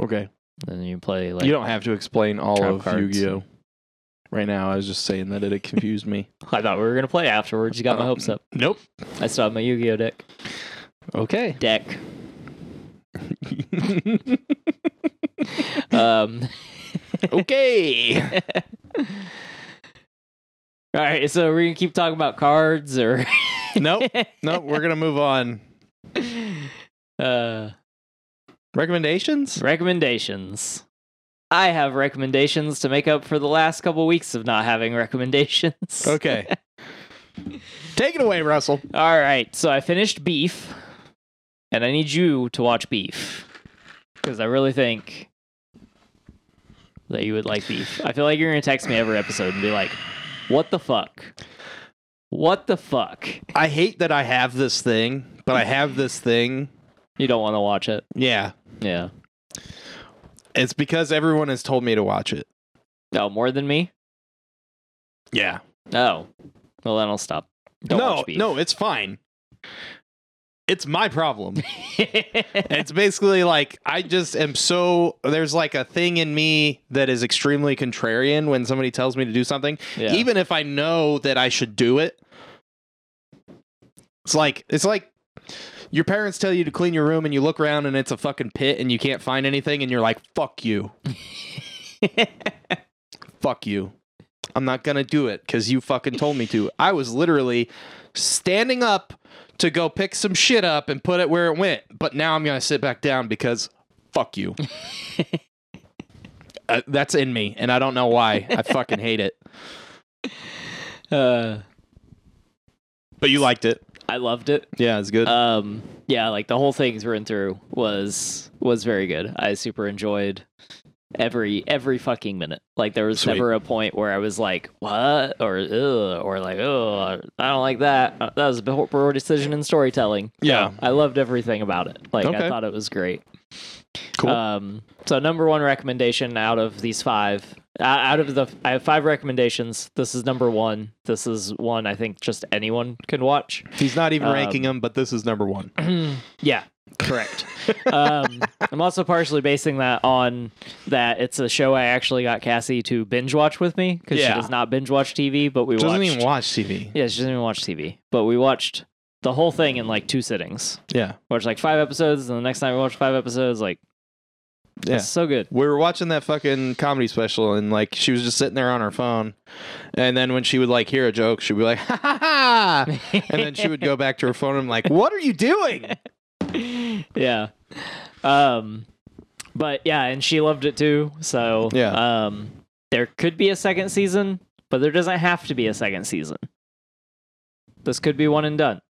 S1: Okay.
S2: And then you play like
S1: you don't have to explain all
S2: trap
S1: of
S2: cards.
S1: Yu-Gi-Oh. Right now, I was just saying that it had confused me.
S2: I thought we were gonna play afterwards. You got my
S1: Uh,
S2: hopes up.
S1: Nope.
S2: Uh-huh. I still have my Yu Gi Oh deck.
S1: Okay.
S2: Deck. Um.
S1: okay.
S2: All right, so we're gonna keep talking about cards or.
S1: nope. Nope. We're gonna move on.
S2: uh.
S1: Recommendations?
S2: Recommendations. I have recommendations to make up for the last couple weeks of not having recommendations.
S1: Okay. Take it away, Russell.
S2: All right. So I finished Beef, and I need you to watch Beef because I really think that you would like Beef. I feel like you're going to text me every episode and be like, what the fuck? What the fuck?
S1: I hate that I have this thing, but I have this thing.
S2: You don't want to watch it.
S1: Yeah.
S2: Yeah.
S1: It's because everyone has told me to watch it.
S2: No, Oh, more than me?
S1: Yeah.
S2: No. Well, then I'll stop. Don't
S1: no,
S2: watch Beef.
S1: no, it's fine. It's my problem. it's basically like I just am so there's like a thing in me that is extremely contrarian when somebody tells me to do something,
S2: Yeah.
S1: even if I know that I should do it. It's like it's like your parents tell you to clean your room and you look around and it's a fucking pit and you can't find anything and you're like fuck you. fuck you. I'm not going to do it cuz you fucking told me to. I was literally standing up to go pick some shit up and put it where it went, but now I'm going to sit back down because fuck you. Uh, that's in me and I don't know why. I fucking hate it.
S2: uh,
S1: But you liked it. Uh,
S2: I loved it.
S1: Yeah, it's good.
S2: um yeah like the whole thing's run through was was very good i super enjoyed every every fucking minute like there was
S1: Sweet.
S2: never a point where i was like what or Ugh, or like oh i don't like that Uh, that was a poor poor decision in storytelling
S1: Yeah.
S2: i loved everything about it like
S1: Okay.
S2: i thought it was great
S1: cool.
S2: um, so number one recommendation out of these five, uh, out of the, I have five recommendations. This is number one. This is one I think just anyone can watch.
S1: He's not even
S2: um,
S1: ranking them, but this is number 1.
S2: Yeah, correct. um, I'm also partially basing that on that it's a show I actually got Cassie to binge watch with me because
S1: Yeah.
S2: she does not binge watch TV, but we
S1: Doesn't
S2: watched.
S1: even watch TV.
S2: yeah, she doesn't even watch TV, but we watched the whole thing in like two sittings.
S1: Yeah.
S2: Watched like five episodes, and the next time we watched five episodes, like
S1: Yeah.
S2: It's so good.
S1: We were watching that fucking comedy special, and like she was just sitting there on her phone, and then when she would like hear a joke, she'd be like, "Ha ha ha," and then she would go back to her phone. and I'm like, "What are you doing?"
S2: yeah. Um but yeah, and she loved it too. So
S1: Yeah.
S2: um there could be a second season, but there doesn't have to be a second season. This could be one and done.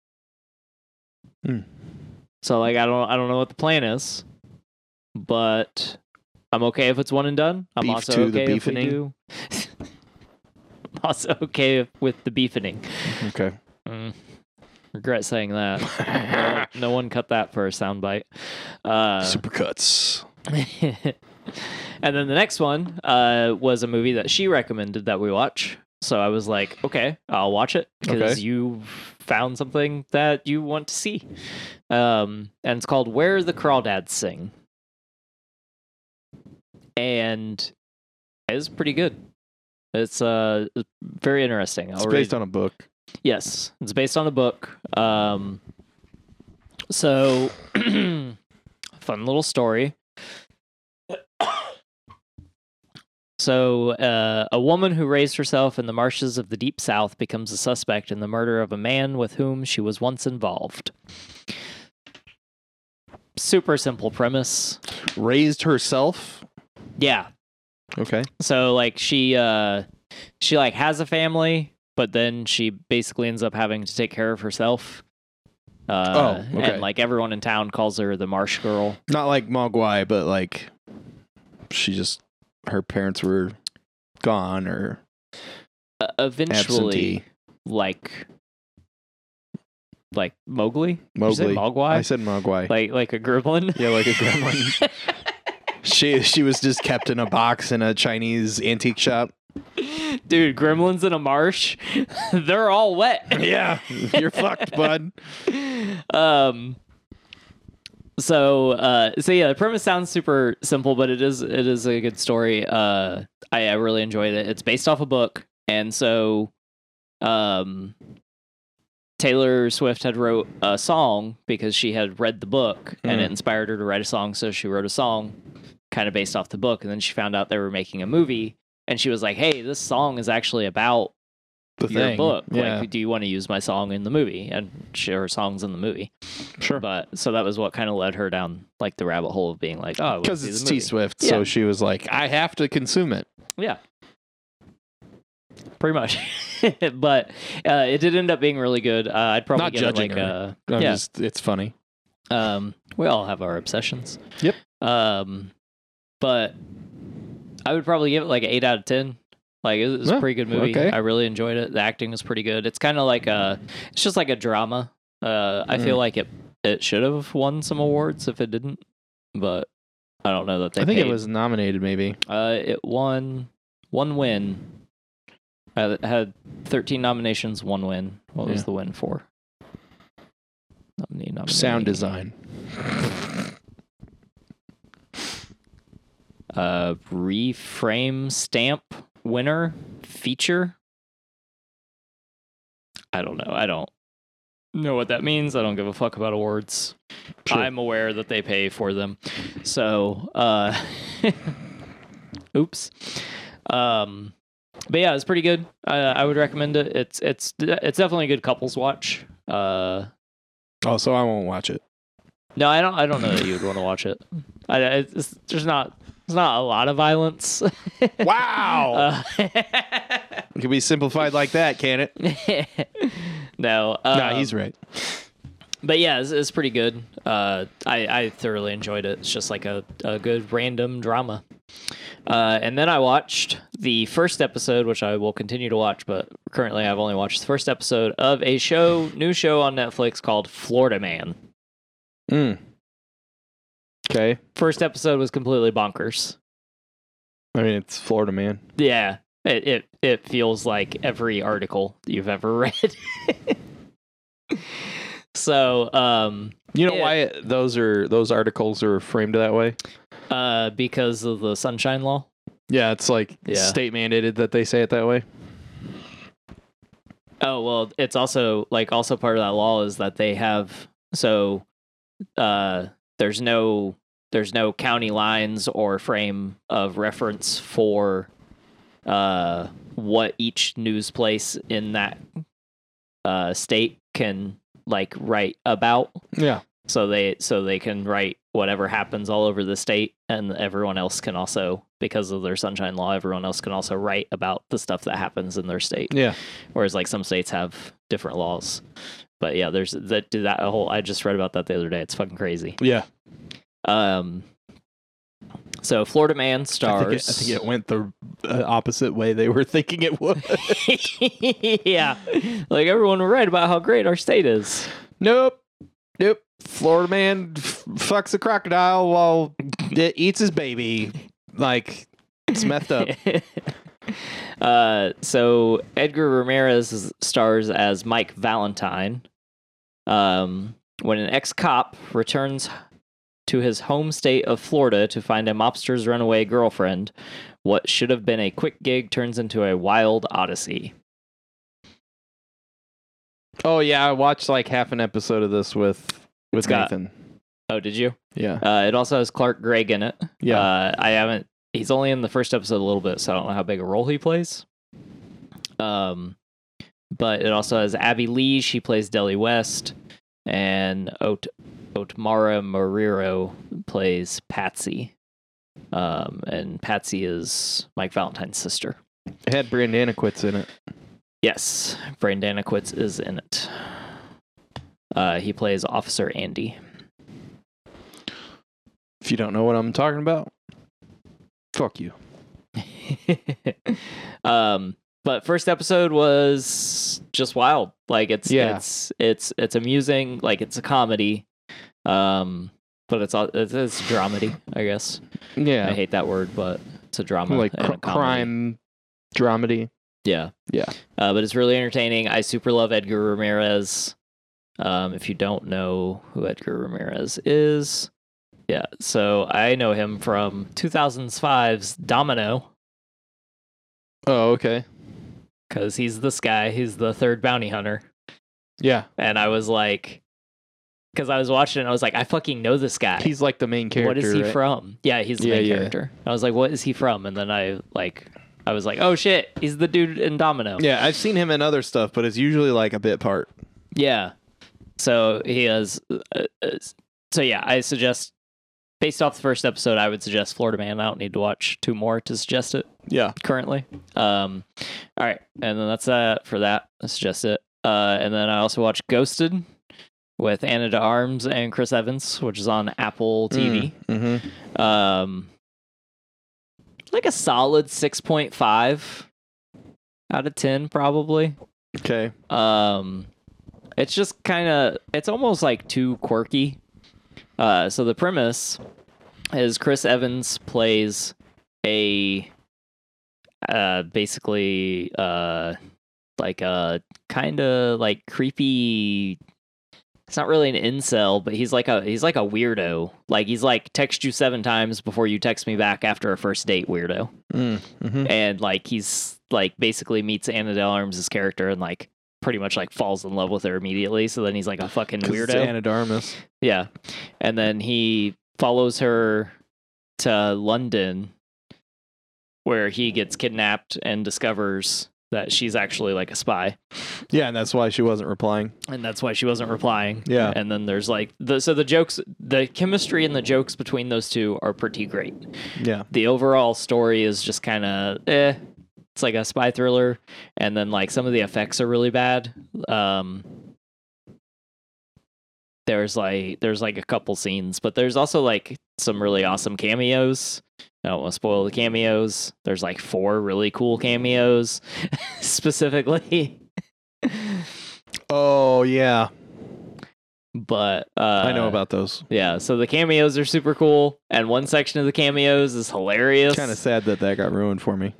S1: Hmm.
S2: So like I don't I don't know what the plan is, but I'm okay if it's one and done. I'm
S1: Beef
S2: also
S1: to the
S2: okay if we
S1: beefening.
S2: do. I'm also okay if, with the beefening.
S1: Okay.
S2: Mm. Regret saying that. no, no one cut that for a soundbite. Uh,
S1: Supercuts.
S2: and then the next one uh, was a movie that she recommended that we watch. So I was like, okay, I'll watch it because
S1: Okay.
S2: you found something that you want to see. Um, and it's called Where the Crawdads Sing. And it's pretty good. It's uh, very interesting. I'll
S1: It's
S2: read-
S1: based on a book.
S2: Yes, it's based on a book. Um, so, fun little story. So, uh, a woman who raised herself in the marshes of the Deep South becomes a suspect in the murder of a man with whom she was once involved. Super simple premise.
S1: Raised herself.
S2: Yeah,
S1: Okay.
S2: so like she uh she like has a family, but then she basically ends up having to take care of herself. Uh,
S1: Oh, okay.
S2: and like everyone in town calls her the Marsh Girl.
S1: Not like Mogwai, but like she just her parents were gone or
S2: Uh, eventually,
S1: absentee.
S2: like, like Mowgli, Did you say
S1: Mowgli.
S2: Mogwai,
S1: I said Mogwai.
S2: like like a gremlin.
S1: yeah, like a gremlin. she she was just kept in a box in a Chinese antique shop.
S2: Dude, gremlins in a marsh, they're all wet.
S1: Yeah, you're fucked, bud.
S2: um so uh so yeah the premise sounds super simple but it is it is a good story uh i, I really enjoyed it it's based off a book and so um taylor swift had wrote a song because she had read the book and it
S1: Mhm.
S2: inspired her to write a song so she wrote a song kind of based off the book and then she found out they were making a movie and she was like hey this song is actually about
S1: The
S2: your
S1: thing.
S2: book.
S1: Yeah,
S2: Like, do you want to use my song in the movie? And she, her song's in the movie.
S1: sure.
S2: But so that was what kind of led her down like the rabbit hole of being like, oh,
S1: Because it's T
S2: Swift.
S1: Swift,
S2: Yeah.
S1: so she was like, I have to consume it.
S2: Yeah. Pretty much. but uh, it did end up being really good. Uh, I'd probably
S1: Not
S2: give it like
S1: judging her.
S2: a
S1: I'm
S2: yeah.
S1: just- it's funny.
S2: Um, we all have our obsessions.
S1: Yep.
S2: Um, but I would probably give it like an eight out of ten. Like it was a
S1: Yeah,
S2: pretty good movie.
S1: okay.
S2: I really enjoyed it. The acting was pretty good. It's kind of like a, it's just like a drama. Uh, I
S1: Mm.
S2: feel like it it should have won some awards if it didn't, but I don't know that they.
S1: I think it
S2: paid.
S1: was nominated, maybe.
S2: Uh, it won one win. Uh, had thirteen nominations, one win. What was
S1: Yeah.
S2: the win for? Nominee, nominee.
S1: Sound design.
S2: uh, reframe stamp winner feature. I don't know. I don't know what that means. I don't give a fuck about awards.
S1: Sure.
S2: I'm aware that they pay for them. So, uh, oops. Um, but yeah, it's pretty good. Uh, I would recommend it. It's it's it's definitely a good couples watch. Uh,
S1: Oh, so I won't watch it.
S2: no, I don't. I don't know that you would want to watch it. I, it's, there's not. There's not a lot of violence.
S1: Wow!
S2: Uh,
S1: it can be simplified like that, can it?
S2: no, uh,
S1: nah, he's right.
S2: but yeah, it's, it's pretty good. Uh, I I thoroughly enjoyed it. It's just like a, a good random drama. Uh, and then I watched the first episode, which I will continue to watch, but currently I've only watched the first episode of a show, new show on Netflix called Florida Man.
S1: Mm. Okay.
S2: First episode was completely bonkers.
S1: I mean, it's Florida Man.
S2: Yeah, it it, it feels like every article you've ever read. so, um,
S1: You know
S2: Yeah.
S1: why it, those are those articles are framed that way?
S2: uh, because of the sunshine law,
S1: Yeah, it's like
S2: Yeah.
S1: state mandated that they say it that way.
S2: Oh well, it's also like also part of that law is that they have so uh there's no there's no county lines or frame of reference for uh, what each news place in that uh, state can like write about.
S1: Yeah.
S2: So they so they can write whatever happens all over the state, and everyone else can also because of their sunshine law, everyone else can also write about the stuff that happens in their state.
S1: Yeah.
S2: Whereas like some states have different laws. But yeah, there's that that whole I just read about that the other day. It's fucking crazy.
S1: Yeah.
S2: Um, so Florida Man
S1: I
S2: stars.
S1: think, it, I think it went the uh, opposite way they were thinking it would.
S2: yeah, like everyone will write about how great our state is.
S1: nope. Nope. Florida man f- fucks a crocodile while it eats his baby. Like, it's messed up.
S2: uh, so Edgar Ramirez is- stars as Mike Valentine. Um, when an ex-cop returns to his home state of Florida to find a mobster's runaway girlfriend, what should have been a quick gig turns into a wild odyssey.
S1: Oh, yeah. I watched like half an episode of this with, with
S2: got-
S1: Nathan.
S2: Oh, did you?
S1: Yeah.
S2: Uh, it also has Clark Gregg in it.
S1: Yeah.
S2: Uh, I haven't. He's only in the first episode a little bit, so I don't know how big a role he plays. Um, but it also has Abby Lee. She plays Deli West, and Ot- Otmara Mariro plays Patsy. Um, and Patsy is Mike Valentine's sister.
S1: it had Brandana quits in it.
S2: Yes, Brandon Quitz is in it. Uh, he plays Officer Andy.
S1: If you don't know what I'm talking about, fuck you.
S2: um but first episode was just wild like it's
S1: Yeah.
S2: it's it's it's amusing like it's a comedy um but it's all it's, it's a dramedy i guess i
S1: Yeah.
S2: hate that word but it's a drama
S1: Like
S2: and
S1: cr-
S2: a comedy.
S1: crime dramedy.
S2: yeah
S1: Yeah.
S2: uh, but it's really entertaining i super love edgar ramirez um if you don't know who edgar ramirez is yeah so i know him from 2005's domino
S1: Oh, okay.
S2: because he's this guy he's the third bounty hunter
S1: Yeah.
S2: and I was like, because I was watching it, and I was like, I fucking know this guy.
S1: He's like the main character.
S2: what is he
S1: right?
S2: from? Yeah, he's the
S1: Yeah,
S2: main
S1: yeah.
S2: character. I was like, what is he from? And then I like, I was like, oh shit, he's the dude in Domino.
S1: Yeah, I've seen him in other stuff, but it's usually like a bit part.
S2: Yeah. So he is. Uh, uh, so yeah, I suggest based off the first episode, I would suggest Florida Man. I don't need to watch two more to suggest it.
S1: Yeah.
S2: currently. Um, all right, and then that's uh for that. That's just it. Uh, and then I also watched Ghosted with Anna De Arms and Chris Evans, which is on Apple TV.
S1: Mm-hmm.
S2: Um, like a solid six point five out of ten, probably.
S1: Okay.
S2: Um, it's just kind of it's almost like too quirky. Uh, so the premise is Chris Evans plays a uh basically uh like a kind of like creepy it's not really an incel but he's like a he's like a weirdo like he's like text you seven times before you text me back after a first date weirdo
S1: Mm-hmm.
S2: and like he's like basically meets Anna Del Arms' character and like pretty much like falls in love with her immediately. So then he's like a fucking weirdo.
S1: Anadarmus.
S2: Yeah. And then he follows her to London where he gets kidnapped and discovers that she's actually like a spy.
S1: Yeah, and that's why she wasn't replying.
S2: And that's why she wasn't replying.
S1: Yeah.
S2: And then there's like the so the jokes the chemistry and the jokes between those two are pretty great.
S1: Yeah.
S2: the overall story is just kind of eh. It's like a spy thriller, and then like some of the effects are really bad. Um, there's like there's like a couple scenes, but there's also like some really awesome cameos. I don't want to spoil the cameos. There's like four really cool cameos specifically,
S1: Oh yeah,
S2: but uh,
S1: I know about those.
S2: Yeah, so the cameos are super cool, and one section of the cameos is hilarious.
S1: It's kind of sad that that got ruined for me.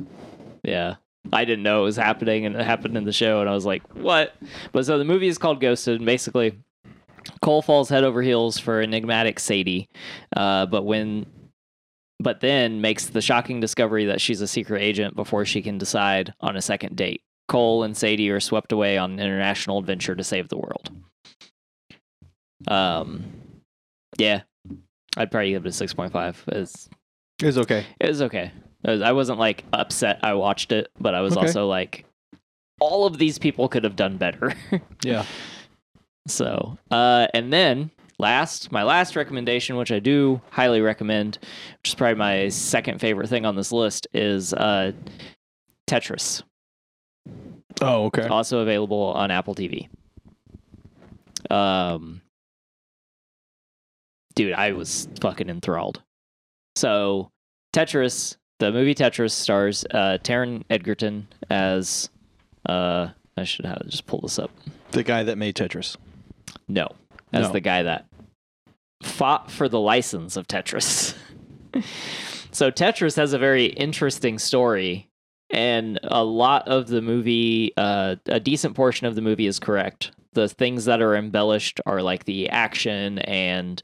S2: Yeah. I didn't know it was happening and it happened in the show and I was like, "What?" But so the movie is called Ghosted and basically Cole falls head over heels for enigmatic Sadie. Uh, but when but then makes the shocking discovery that she's a secret agent before she can decide on a second date. Cole and Sadie are swept away on an international adventure to save the world. Um yeah. I'd probably give it a six point five. It's
S1: It's okay.
S2: it's okay. It was- I wasn't like upset. I watched it, but I was
S1: Okay.
S2: also like, all of these people could have done better.
S1: Yeah.
S2: So, uh, and then last, my last recommendation, which I do highly recommend, which is probably my second favorite thing on this list, is uh, Tetris,
S1: Oh, okay.
S2: also available on Apple TV. Um, dude, I was fucking enthralled. So, Tetris, the movie Tetris stars uh, Taron Edgerton as. Uh, I should have just pull this up.
S1: The guy that made Tetris.
S2: No, as
S1: No.
S2: the guy that fought for the license of Tetris. so Tetris has a very interesting story, and a lot of the movie, uh, a decent portion of the movie is correct. The things that are embellished are like the action and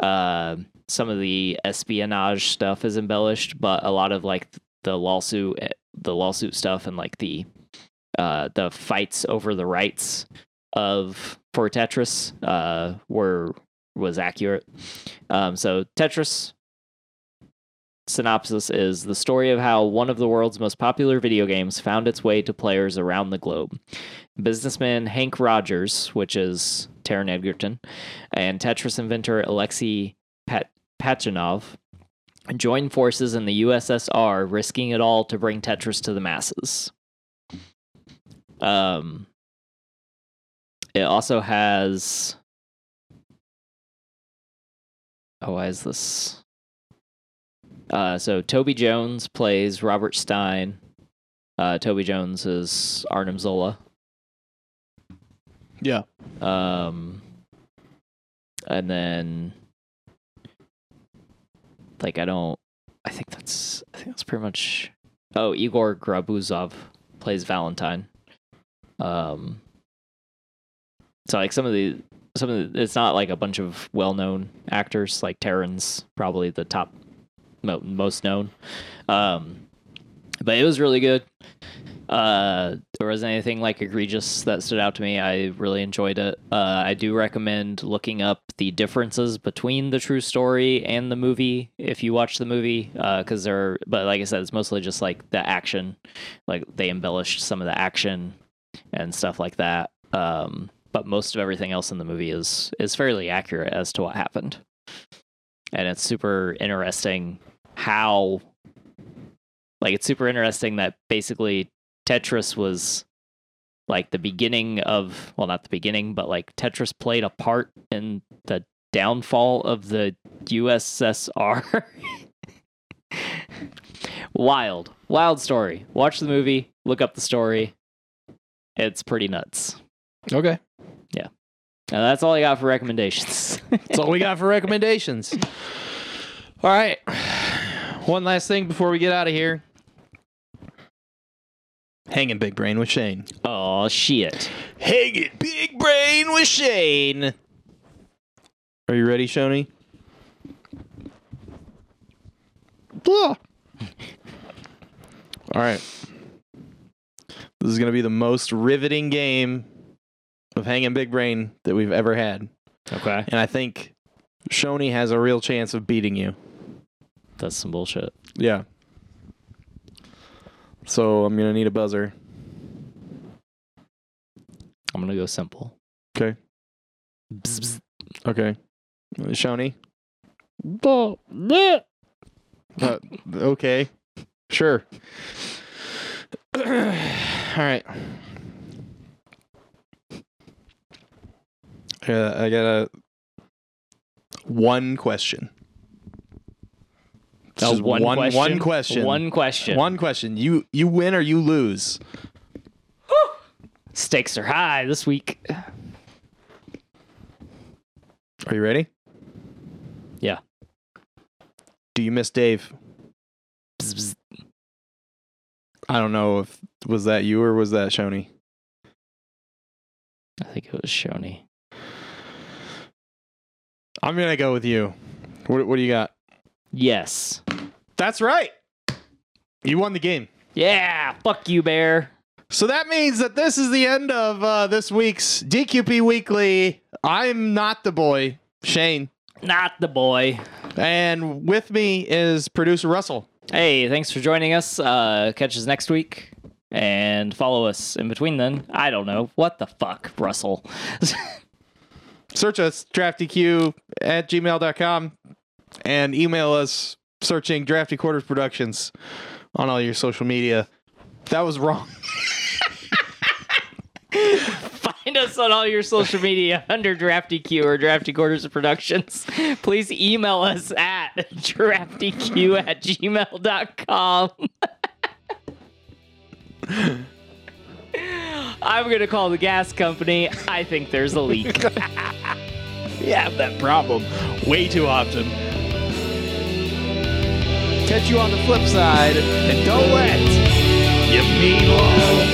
S2: uh, some of the espionage stuff is embellished, but a lot of like the lawsuit, eh, the lawsuit stuff, and like the uh, the fights over the rights of for Tetris uh, were was accurate. Um, so Tetris synopsis is the story of how one of the world's most popular video games found its way to players around the globe. Businessman Hank Rogers, which is Taron Edgerton, and Tetris inventor Alexei Pat- Pachinov joined forces in the USSR, risking it all to bring Tetris to the masses. Um, it also has. Oh, why is this? Uh, so Toby Jones plays Robert Stein. Uh, Toby Jones is Arnim Zola.
S1: Yeah.
S2: Um, and then, like, I don't. I think that's. I think that's pretty much. Oh, Igor Grabuzov plays Valentine. Um. So like some of the some of the, it's not like a bunch of well known actors like Terran's probably the top mo- most known. Um, but it was really good. Uh, there wasn't anything like egregious that stood out to me. I really enjoyed it. Uh, I do recommend looking up the differences between the true story and the movie if you watch the movie, because there. Are, but like I said, it's mostly just like the action, like they embellished some of the action and stuff like that. Um, but most of everything else in the movie is is fairly accurate as to what happened, and it's super interesting how. Like it's super interesting that basically Tetris was like the beginning of well not the beginning but like Tetris played a part in the downfall of the USSR. wild, wild story. Watch the movie, look up the story. It's pretty nuts.
S1: Okay.
S2: And that's all I got for recommendations.
S1: That's all we got for recommendations. All right. One last thing before we get out of here. Hanging Big Brain with Shane.
S2: oh shit.
S1: Hanging Big Brain with Shane. Are you ready, Shoney? Blah. All right. This is going to be the most riveting game of Hanging Big Brain that we've ever had.
S2: Okay.
S1: And I think Shoney has a real chance of beating you.
S2: That's some bullshit.
S1: Yeah. So I'm gonna need a buzzer.
S2: I'm gonna go simple.
S1: 'Kay.
S2: Bzz, bzz.
S1: Okay. Shoney. Uh, okay. Sure. All right. Uh, I got a one question.
S2: Uh,
S1: Just
S2: one, question,
S1: One question.
S2: One question.
S1: One question. You you win or you lose.
S2: Stakes are high this week.
S1: Are you ready?
S2: Yeah.
S1: Do you miss Dave?
S2: Bzz, bzz.
S1: I don't know if was that you or was that Shoney.
S2: I think it was Shoney.
S1: I'm gonna go with you. What what do you got?
S2: Yes.
S1: That's right. You won the game.
S2: Yeah. Fuck you, bear.
S1: So that means that this is the end of uh, this week's DQP Weekly. I'm not the boy, Shane.
S2: Not the boy.
S1: And with me is producer Russell.
S2: Hey, thanks for joining us. Uh, catch us next week and follow us in between then. I don't know. What the fuck, Russell?
S1: Search us, draftdq at gmail.com, and email us searching Drafty Quarters Productions on all your social media. That was wrong.
S2: Find us on all your social media under DraftyQ or Drafty Quarters Productions. Please email us at draftyq at gmail.com. I'm going to call the gas company. I think there's a leak.
S1: We have that problem way too often. Catch you on the flip side, and don't let you mean love.